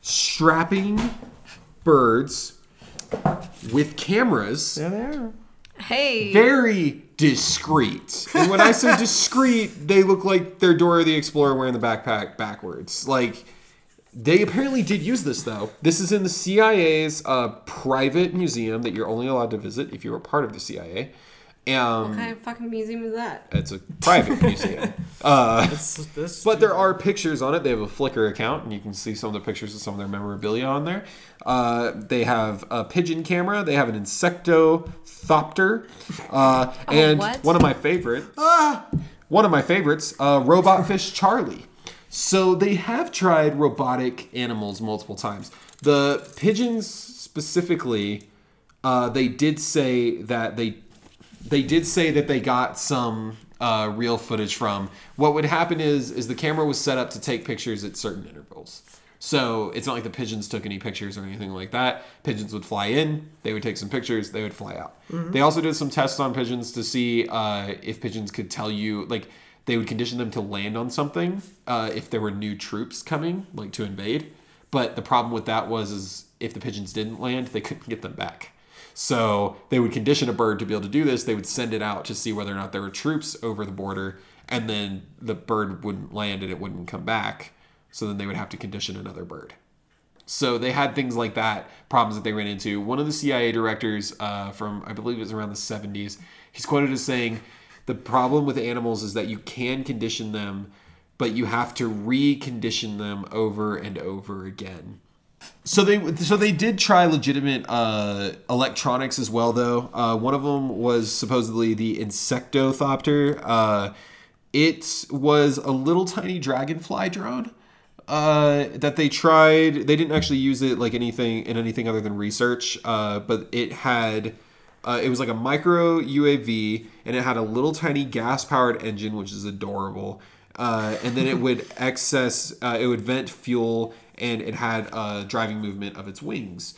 A: strapping birds with cameras
B: There they are.
C: Hey.
A: very discreet. And when I say discreet, they look like they're Dora the Explorer wearing the backpack backwards. Like they apparently did use this though. This is in the CIA's uh, private museum that you're only allowed to visit if you were part of the CIA. Um,
C: what kind of fucking museum is that?
A: It's a private museum.
B: That's this.
A: But there are pictures on it. They have a Flickr account, and you can see some of the pictures of some of their memorabilia on there. Uh, they have a pigeon camera. They have an insectothopter, uh, and
C: what?
A: one of my favorite, ah, one of my favorites, uh, robot fish Charlie. So they have tried robotic animals multiple times. The pigeons specifically, uh, they did say that they they did say that they got some uh, real footage from. What would happen is is the camera was set up to take pictures at certain intervals. So it's not like the pigeons took any pictures or anything like that. Pigeons would fly in, they would take some pictures, they would fly out. They also did some tests on pigeons to see uh, if pigeons could tell you like they would condition them to land on something uh, if there were new troops coming like to invade. But the problem with that was is if the pigeons didn't land, they couldn't get them back. So they would condition a bird to be able to do this. They would send it out to see whether or not there were troops over the border, and then the bird wouldn't land and it wouldn't come back. So then they would have to condition another bird. So they had things like that, problems that they ran into. One of the CIA directors uh, from, I believe it was around the 70s, he's quoted as saying, The problem with animals is that you can condition them, but you have to recondition them over and over again. So they so they did try legitimate uh, electronics as well, though. Uh, one of them was supposedly the insectothopter. Uh, it was a little tiny dragonfly drone. uh, that they tried. They didn't actually use it like anything in anything other than research, uh, but it had. Uh, it was like a micro UAV, and it had a little tiny gas powered engine, which is adorable. Uh, and then it would excess, uh, it would vent fuel, and it had uh, driving movement of its wings.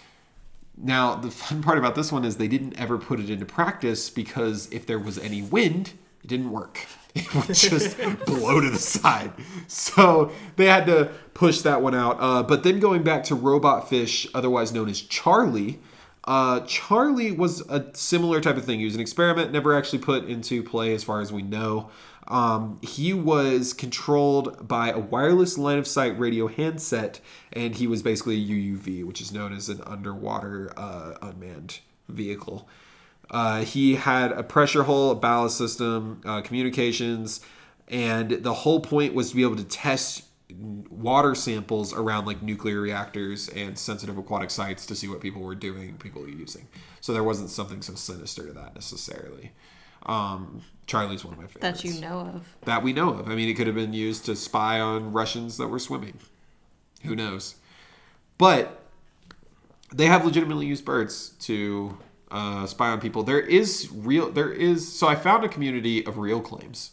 A: Now, the fun part about this one is they didn't ever put it into practice because if there was any wind, it didn't work. <laughs> It would just blow to the side. So they had to push that one out. Uh, but then going back to Robot Fish, otherwise known as Charlie, uh, Charlie was a similar type of thing. He was an experiment, never actually put into play as far as we know. Um, he was controlled by a wireless line of sight radio handset, and he was basically a UUV, which is known as an underwater uh, unmanned vehicle. Uh, he had a pressure hull, a ballast system, uh, communications, and the whole point was to be able to test water samples around like nuclear reactors and sensitive aquatic sites to see what people were doing, people were using. So there wasn't something so sinister to that necessarily. Um, Charlie's one of my favorites
C: that you know of.
A: that we know of. I mean, it could have been used to spy on Russians that were swimming. Who knows? But they have legitimately used birds to uh, spy on people. There is real. There is. So I found a community of real claims.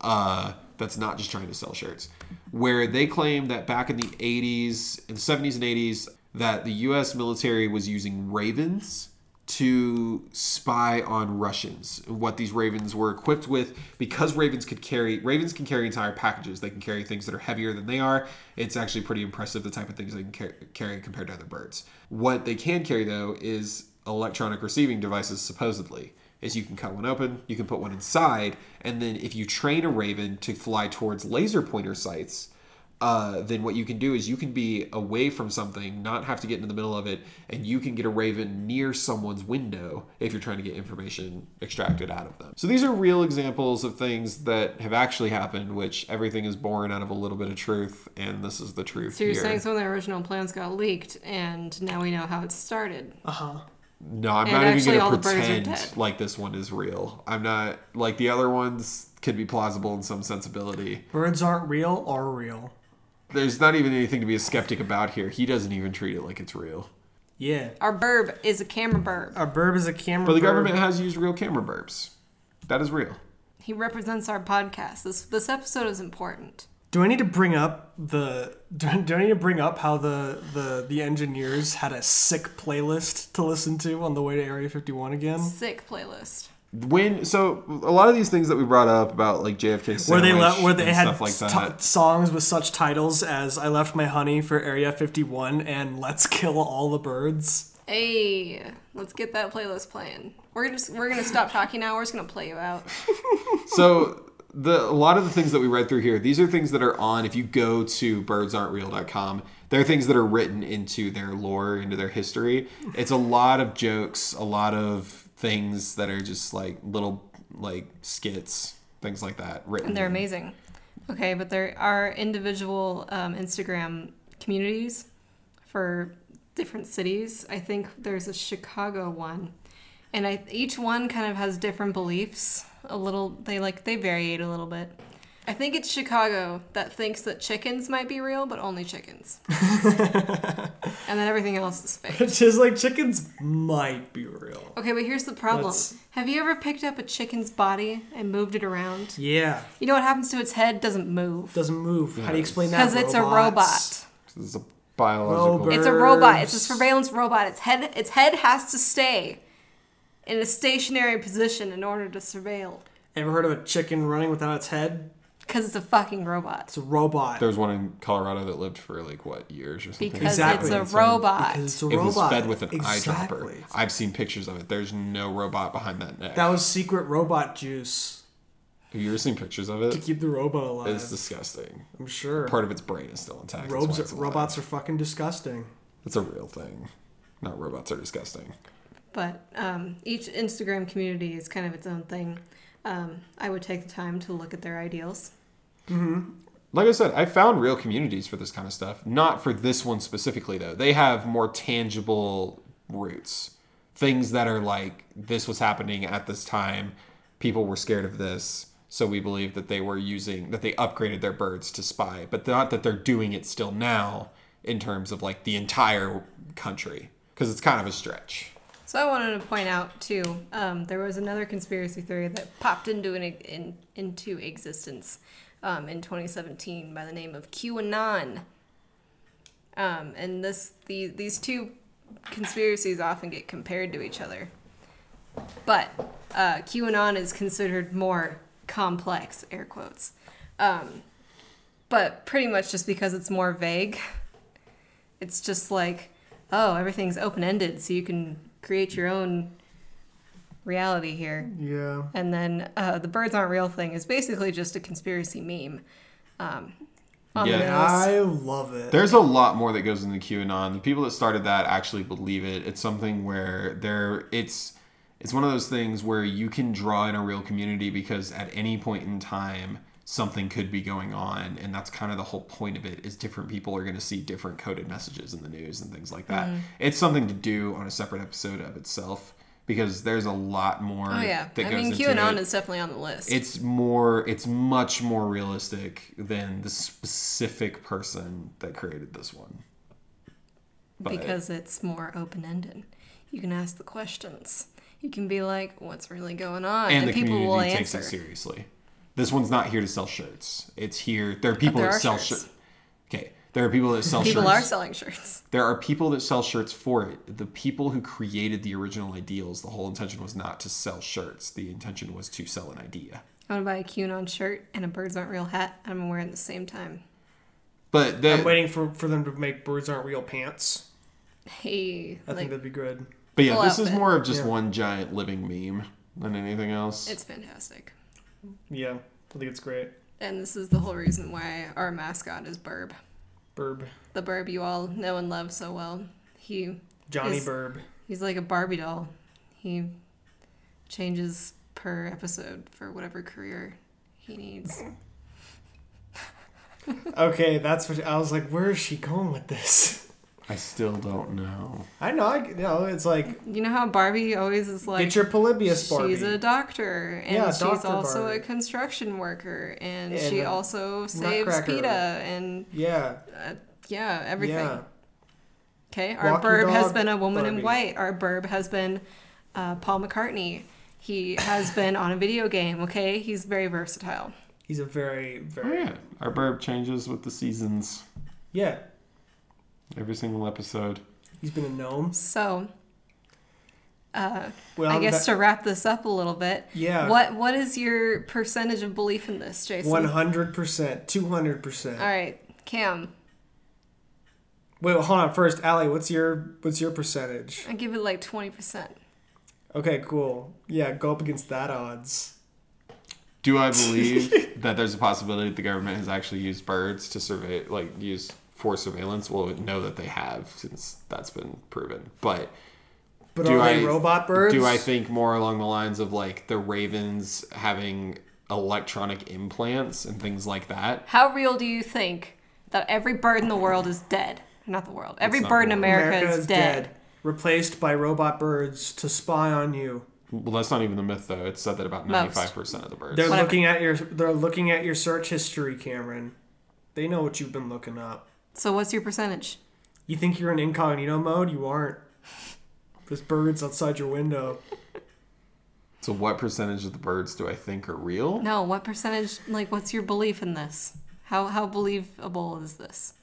A: Uh, that's not just trying to sell shirts, where they claim that back in the 80s, in the 70s and 80s, that the U.S. military was using ravens to spy on Russians. What these ravens were equipped with, because ravens could carry ravens can carry entire packages. They can carry things that are heavier than they are. It's actually pretty impressive the type of things they can car- carry compared to other birds. What they can carry though is electronic receiving devices. Supposedly, is you can cut one open, you can put one inside, and then if you train a raven to fly towards laser pointer sites, uh, then what you can do is you can be away from something, not have to get into the middle of it, and you can get a raven near someone's window if you're trying to get information extracted out of them. So these are real examples of things that have actually happened, which everything is born out of a little bit of truth, and this is the truth
C: So you're
A: here.
C: saying some of the original plans got leaked, and now we know how it started.
A: No, I'm
C: And
A: not
C: actually
A: even
C: all
A: going
C: the
A: to
C: birds are
A: pretend
C: dead.
A: like this one is real. I'm not like the other ones could be plausible in some sensibility.
B: Birds aren't real are real.
A: There's not even anything to be a skeptic about here. He doesn't even treat it like it's real.
B: Yeah.
C: Our burb is a camera burb.
B: A burb is a camera.
A: But the
B: burb.
A: government has used real camera burps. That is real.
C: He represents our podcast. This this episode is important.
B: Do I need to bring up the? <laughs> Do I, do I need to bring up how the the the engineers had a sick playlist to listen to on the way to Area 51 again?
C: Sick playlist.
A: When so a lot of these things that we brought up about like JFK
B: Where they
A: sandwich
B: left, where they
A: and
B: had
A: stuff like
B: t-
A: that.
B: songs with such titles as "I Left My Honey" for Area 51 and "Let's Kill All the Birds."
C: Hey, let's get that playlist playing. We're gonna we're gonna stop talking now. We're just gonna play you out.
A: so the a lot of the things that we read through here, these are things that are on if you go to birdsaren'treal.com, they're things that are written into their lore, into their history. It's a lot of jokes, a lot of things that are just like little like skits, things like that written.
C: They're amazing. Okay, but there are individual um, Instagram communities for different cities. I think there's a Chicago one, and I, each one kind of has different beliefs. A little, they like they variate a little bit. I think it's Chicago that thinks that chickens might be real, but only <laughs> chickens, and then everything else is fake.
B: Which is like chickens might be real.
C: Okay, but here's the problem.
B: That's-
C: Have you ever picked up a chicken's body and moved it around?
B: Yeah,
C: You know what happens to its head? Doesn't move.
B: doesn't move. How do you explain that?
C: Because it's a robot.
B: Robots.
A: It's a biological
B: Well,
C: It's a robot. It's a surveillance robot. Its head its head has to stay in a stationary position in order to surveil.
B: Ever heard of a chicken running without its head?
C: Because it's a fucking robot.
B: It's a robot.
A: There's one in Colorado that lived for like what years or something.
C: Because
B: Exactly.
C: it's a robot.
B: Because it's a
A: it
B: robot.
A: was fed with an
B: exactly.
A: eyedropper. I've seen pictures of it. There's no robot behind that neck.
B: That was secret robot juice
A: Have you ever seen pictures of
B: to
A: it?
B: keep the robot alive.
A: It's disgusting.
B: I'm sure.
A: Part of its brain is still intact. That's why
B: Robes,
A: it's alive.
B: robots are fucking disgusting.
A: It's a real thing. Not robots are disgusting.
C: But um, each Instagram community is kind of its own thing. Um, I would take the time to look at their ideals.
A: Like I said, I found real communities for this kind of stuff. Not for this one specifically, though. They have more tangible roots. Things that are like, this was happening at this time. People were scared of this. So we believe that they were using that they upgraded their birds to spy, but not that they're doing it still now in terms of like the entire country because it's kind of a stretch.
C: So I wanted to point out too, um, there was another conspiracy theory that popped into an, e-, in, into existence um, in 2017 by the name of QAnon. Um, and this the, these two conspiracies often get compared to each other, but uh, QAnon is considered more complex air quotes, um, but pretty much just because it's more vague. It's just like, oh, everything's open ended, so you can create your own reality here.
B: Yeah.
C: And then uh, the birds aren't real thing is basically just a conspiracy meme. Um, on the
A: Yeah.
C: nose.
B: I love it.
A: There's a lot more that goes into QAnon. The people that started that actually believe it. It's something where there it's it's one of those things where you can draw in a real community because at any point in time something could be going on and that's kind of the whole point of it is different people are going to see different coded messages in the news and things like that.
C: Mm-hmm.
A: It's something to do on a separate episode of itself because there's a lot more
C: Oh yeah,
A: that
C: I
A: goes
C: mean
A: into
C: QAnon
A: it.
C: is definitely on the list.
A: it's more it's much more realistic than the specific person that created this one but-
C: because it's more open ended. You can ask the questions. You can be like, "What's really going on?"
A: and, the
C: people
A: community
C: will
A: takes
C: answer.
A: it seriously this one's not here to sell shirts it's here there are people
C: there
A: that
C: are
A: sell
C: shirts.
A: shirts okay there are people that sell
C: People
A: shirts
C: are selling shirts.
A: there are people that sell shirts for it the people who created the original ideals the whole intention was not to sell shirts the intention was to sell an idea
C: I'm gonna buy a QAnon shirt and a birds aren't real hat. and I'm gonna wear it at the same time.
A: but
B: I'm
A: that,
B: waiting for, for them to make birds aren't real pants.
C: Hey,
B: I think
C: like
B: that'd be good.
A: but yeah
C: full
A: this is
C: outfit.
A: more of just
B: Yeah.
A: one giant living meme than anything else
C: it's fantastic.
B: Yeah, I think it's great.
C: And this is the whole reason why our mascot is Burb,
B: Burb,
C: the Burb you all know and love so well. He
B: Johnny
C: Is- <laughs>
B: Burb.
C: he's like a Barbie doll. He changes per episode for whatever career he needs.
B: Okay, that's what I was like. Where is she going with this? <laughs>
A: i still don't know
B: I know. I no. It's like
C: You know how Barbie always is like
B: get your Polybius Barbie.
C: she's a doctor and
B: Yeah,
C: she's
B: Dr.
C: also
B: Barbie.
C: a construction worker and,
B: And
C: she
B: a
C: also saves
B: nutcracker.
C: PETA and
B: yeah,
C: uh, yeah, everything.
B: yeah.
C: Okay, our
B: Walk your
C: burb has
B: dog,
C: been a woman in
B: Barbie.
C: white. Our burb has been uh, Paul McCartney. He has been on a video game. Okay, he's very versatile.
B: He's a very
A: oh,
B: very
A: yeah our burb changes with the seasons
B: yeah.
A: every single episode
B: He's been a gnome.
C: So, uh,
B: Well,
C: I guess
B: Um, that-
C: to wrap this up a little bit,
B: Yeah.
C: What what is your percentage of belief in this, Jason?
B: 100%, 200%.
C: All right, Cam,
B: Wait, hold on. First, Allie, what's your what's your percentage?
C: I give it like twenty percent.
B: Okay, cool. Yeah, go up against that odds.
A: Do I <laughs> believe that there's a possibility that the government has actually used birds to survey, like used for surveillance? Well, no, that they have, since that's been proven. But
B: But
A: do
B: are
A: I
B: they robot birds?
A: Do I think more along the lines of like the ravens having electronic implants and things like that?
C: How real do you think that every bird in the world is dead? Not the world. Every
A: It's not
C: bird
A: the
C: in
A: world.
C: America, is, dead.
B: Replaced by robot birds to spy on you.
A: Well, that's not even the myth, though. It's said that about
C: Most.
A: ninety-five percent of the birds.
B: They're
C: Whatever.
B: looking at your they're looking at your search history, Cameron. They know what you've been looking up.
C: So what's your percentage?
B: You think you're in incognito mode? You aren't. There's birds outside your window.
A: So, what percentage of the birds do I think are real?
C: No, what percentage? Like, what's your belief in this? How how believable is this?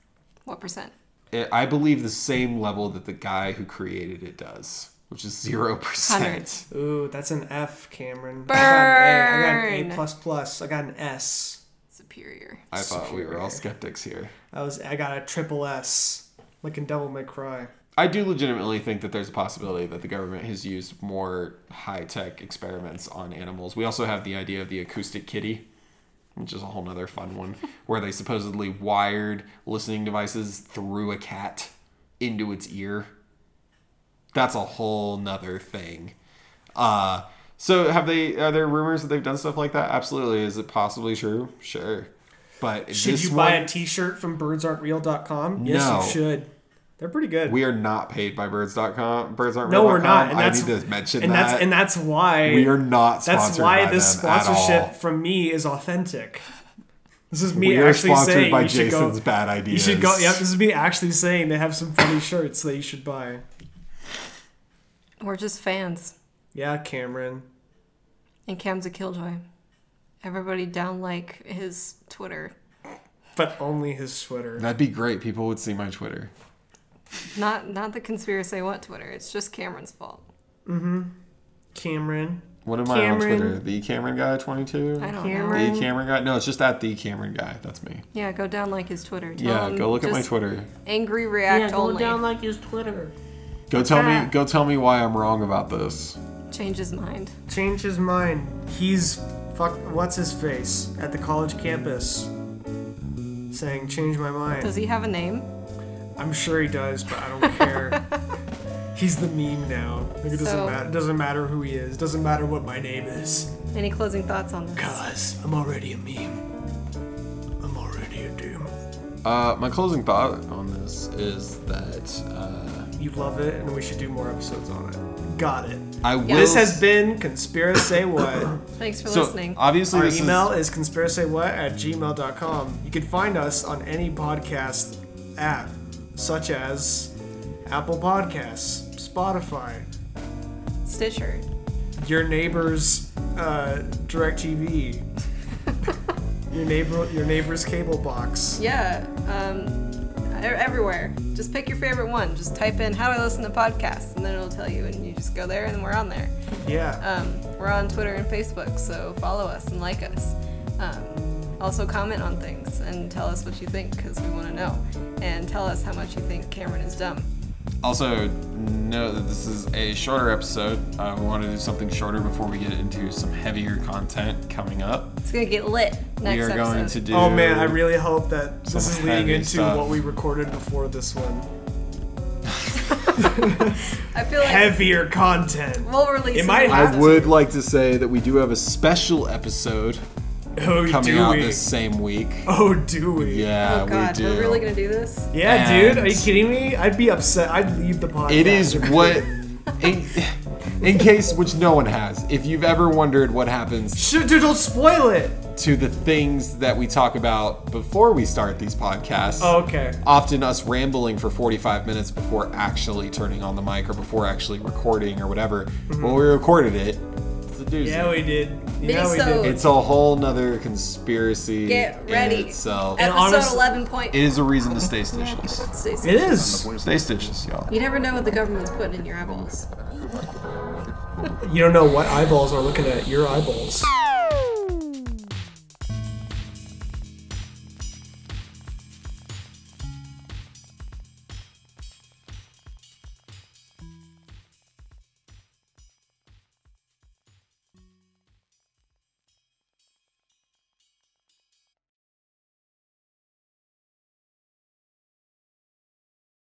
C: What percent?
A: It, I believe the same level that the guy who created it does, which is zero percent.
B: Ooh, that's an F, Cameron. I got an A. I got an A
C: Burn.
B: plus plus. I got an S.
C: Superior.
A: I thought we were all skeptics here.
B: I was I got a triple S. Like in Devil May Cry.
A: I do legitimately think that there's a possibility that the government has used more high tech experiments on animals. We also have the idea of the acoustic kitty, which is a whole nother fun
B: <laughs>
A: one, where they supposedly wired listening devices through a cat into its ear. That's a whole nother thing. Uh, so have they? Are there rumors that they've done stuff like that? Absolutely. Is it possibly true? Sure. But
B: Should
A: this
B: you buy
A: one-
B: a t-shirt from birdsaren'treal.com? Yes,
A: No.
B: you should. They're pretty good.
A: We are not paid by birds.com. Birds aren't
B: no,
A: real.
B: we're not. And
A: I
B: that's,
A: need to mention
B: and
A: that.
B: that's and that's why
A: we are not sponsored
B: That's why
A: by
B: this
A: them at
B: sponsorship
A: all.
B: from me is authentic. This is me
A: We are
B: actually
A: sponsored
B: saying
A: by
B: you should go.
A: Jason's bad ideas.
B: You should go. Yep, this is me actually saying they have some funny shirts that you should buy.
C: We're just fans.
B: Yeah, Cameron.
C: And Cam's a killjoy. Everybody down like his Twitter.
B: But only his Twitter.
A: That'd be great. People would see my Twitter.
C: Not not the conspiracy I want Twitter. It's just Cameron's fault.
B: Cameron.
A: What am I on
B: Cameron.
A: Twitter? The Cameron guy 22.
C: I don't know.
A: The Cameron guy. No, it's just at the Cameron guy. That's me.
C: Yeah, go down like his Twitter. Tell
A: Yeah,
C: him
A: go look at my
C: just
A: Twitter.
C: Angry react only.
E: like his Twitter.
A: Go tell me. Go tell me why I'm wrong about this.
C: Change his mind.
B: Change his mind. He's fuck. What's his face at the college campus? Saying change my mind.
C: Does he have a name?
B: I'm sure he does, but I don't care. He's the meme now. Like, it doesn't
C: So-
B: matter. It doesn't matter who he is. Doesn't matter what my name is.
C: Any closing thoughts on this?
B: Cause I'm already a meme. I'm already a doom.
A: Uh, my closing thought on this is that uh,
B: You love it, and we should do more episodes on it. Got it.
A: I will.
B: This has been Conspiracy Say <coughs> What.
C: Thanks for
A: so
C: listening.
A: obviously
B: Our
A: this
B: email
A: is
B: is, conspiracysaywhat at gmail.com. You can find us on any podcast app, such as Apple Podcasts, Spotify,
C: Stitcher.
B: your neighbor's uh, DirecTV, your neighbor, your neighbor's cable box.
C: Yeah. Um, e- everywhere. Just pick your favorite one. Just type in how do I listen to podcasts, and then it'll tell you, and you just go there, and we're on there.
B: Yeah.
C: Um, we're on Twitter and Facebook, so follow us and like us. Um, also, comment on things and tell us what you think because we want to know. And tell us how much you think Cameron is dumb.
A: also know that this is a shorter episode. Uh, we want to do something shorter before we get into some heavier content coming up.
C: It's gonna get lit next
A: we are
C: episode.
A: going to do.
B: Oh man, I really hope that this
A: Some
B: is leading
A: heavy
B: into
A: stuff.
B: what we recorded before this one.
C: <laughs> I feel like
B: Heavier content.
C: we'll release.
B: It
C: some
B: might
C: more
A: I
C: episodes.
A: would like to say that we do have a special episode
B: Oh,
A: coming
B: do
A: out
B: we?
A: this same week.
B: Oh, do we?
A: Yeah,
C: Oh god,
A: we do.
C: we're really gonna do this.
B: Yeah,
A: And-
B: dude, are you kidding me? I'd be upset. I'd leave the podcast.
A: It is
B: <laughs>
A: what. In, in case which no one has, if you've ever wondered what happens
B: Shit, dude, don't spoil it.
A: to the things that we talk about before we start these podcasts,
B: Oh, okay.
A: often us rambling for 45 minutes before actually turning on the mic or before actually recording or whatever, when we recorded it, it's a doozy.
B: Yeah, we did. Yeah, we
C: Mini-sode.
B: did.
A: it's a whole nother conspiracy
C: Get ready.
A: in itself.
C: Episode
B: honest-
C: eleven point.
A: It is a reason to stay stitches.
C: Stay safe.
B: It is.
A: Stay stitches, y'all.
C: You never know what the government's putting in your eyeballs.
B: You don't know what eyeballs are looking at your eyeballs.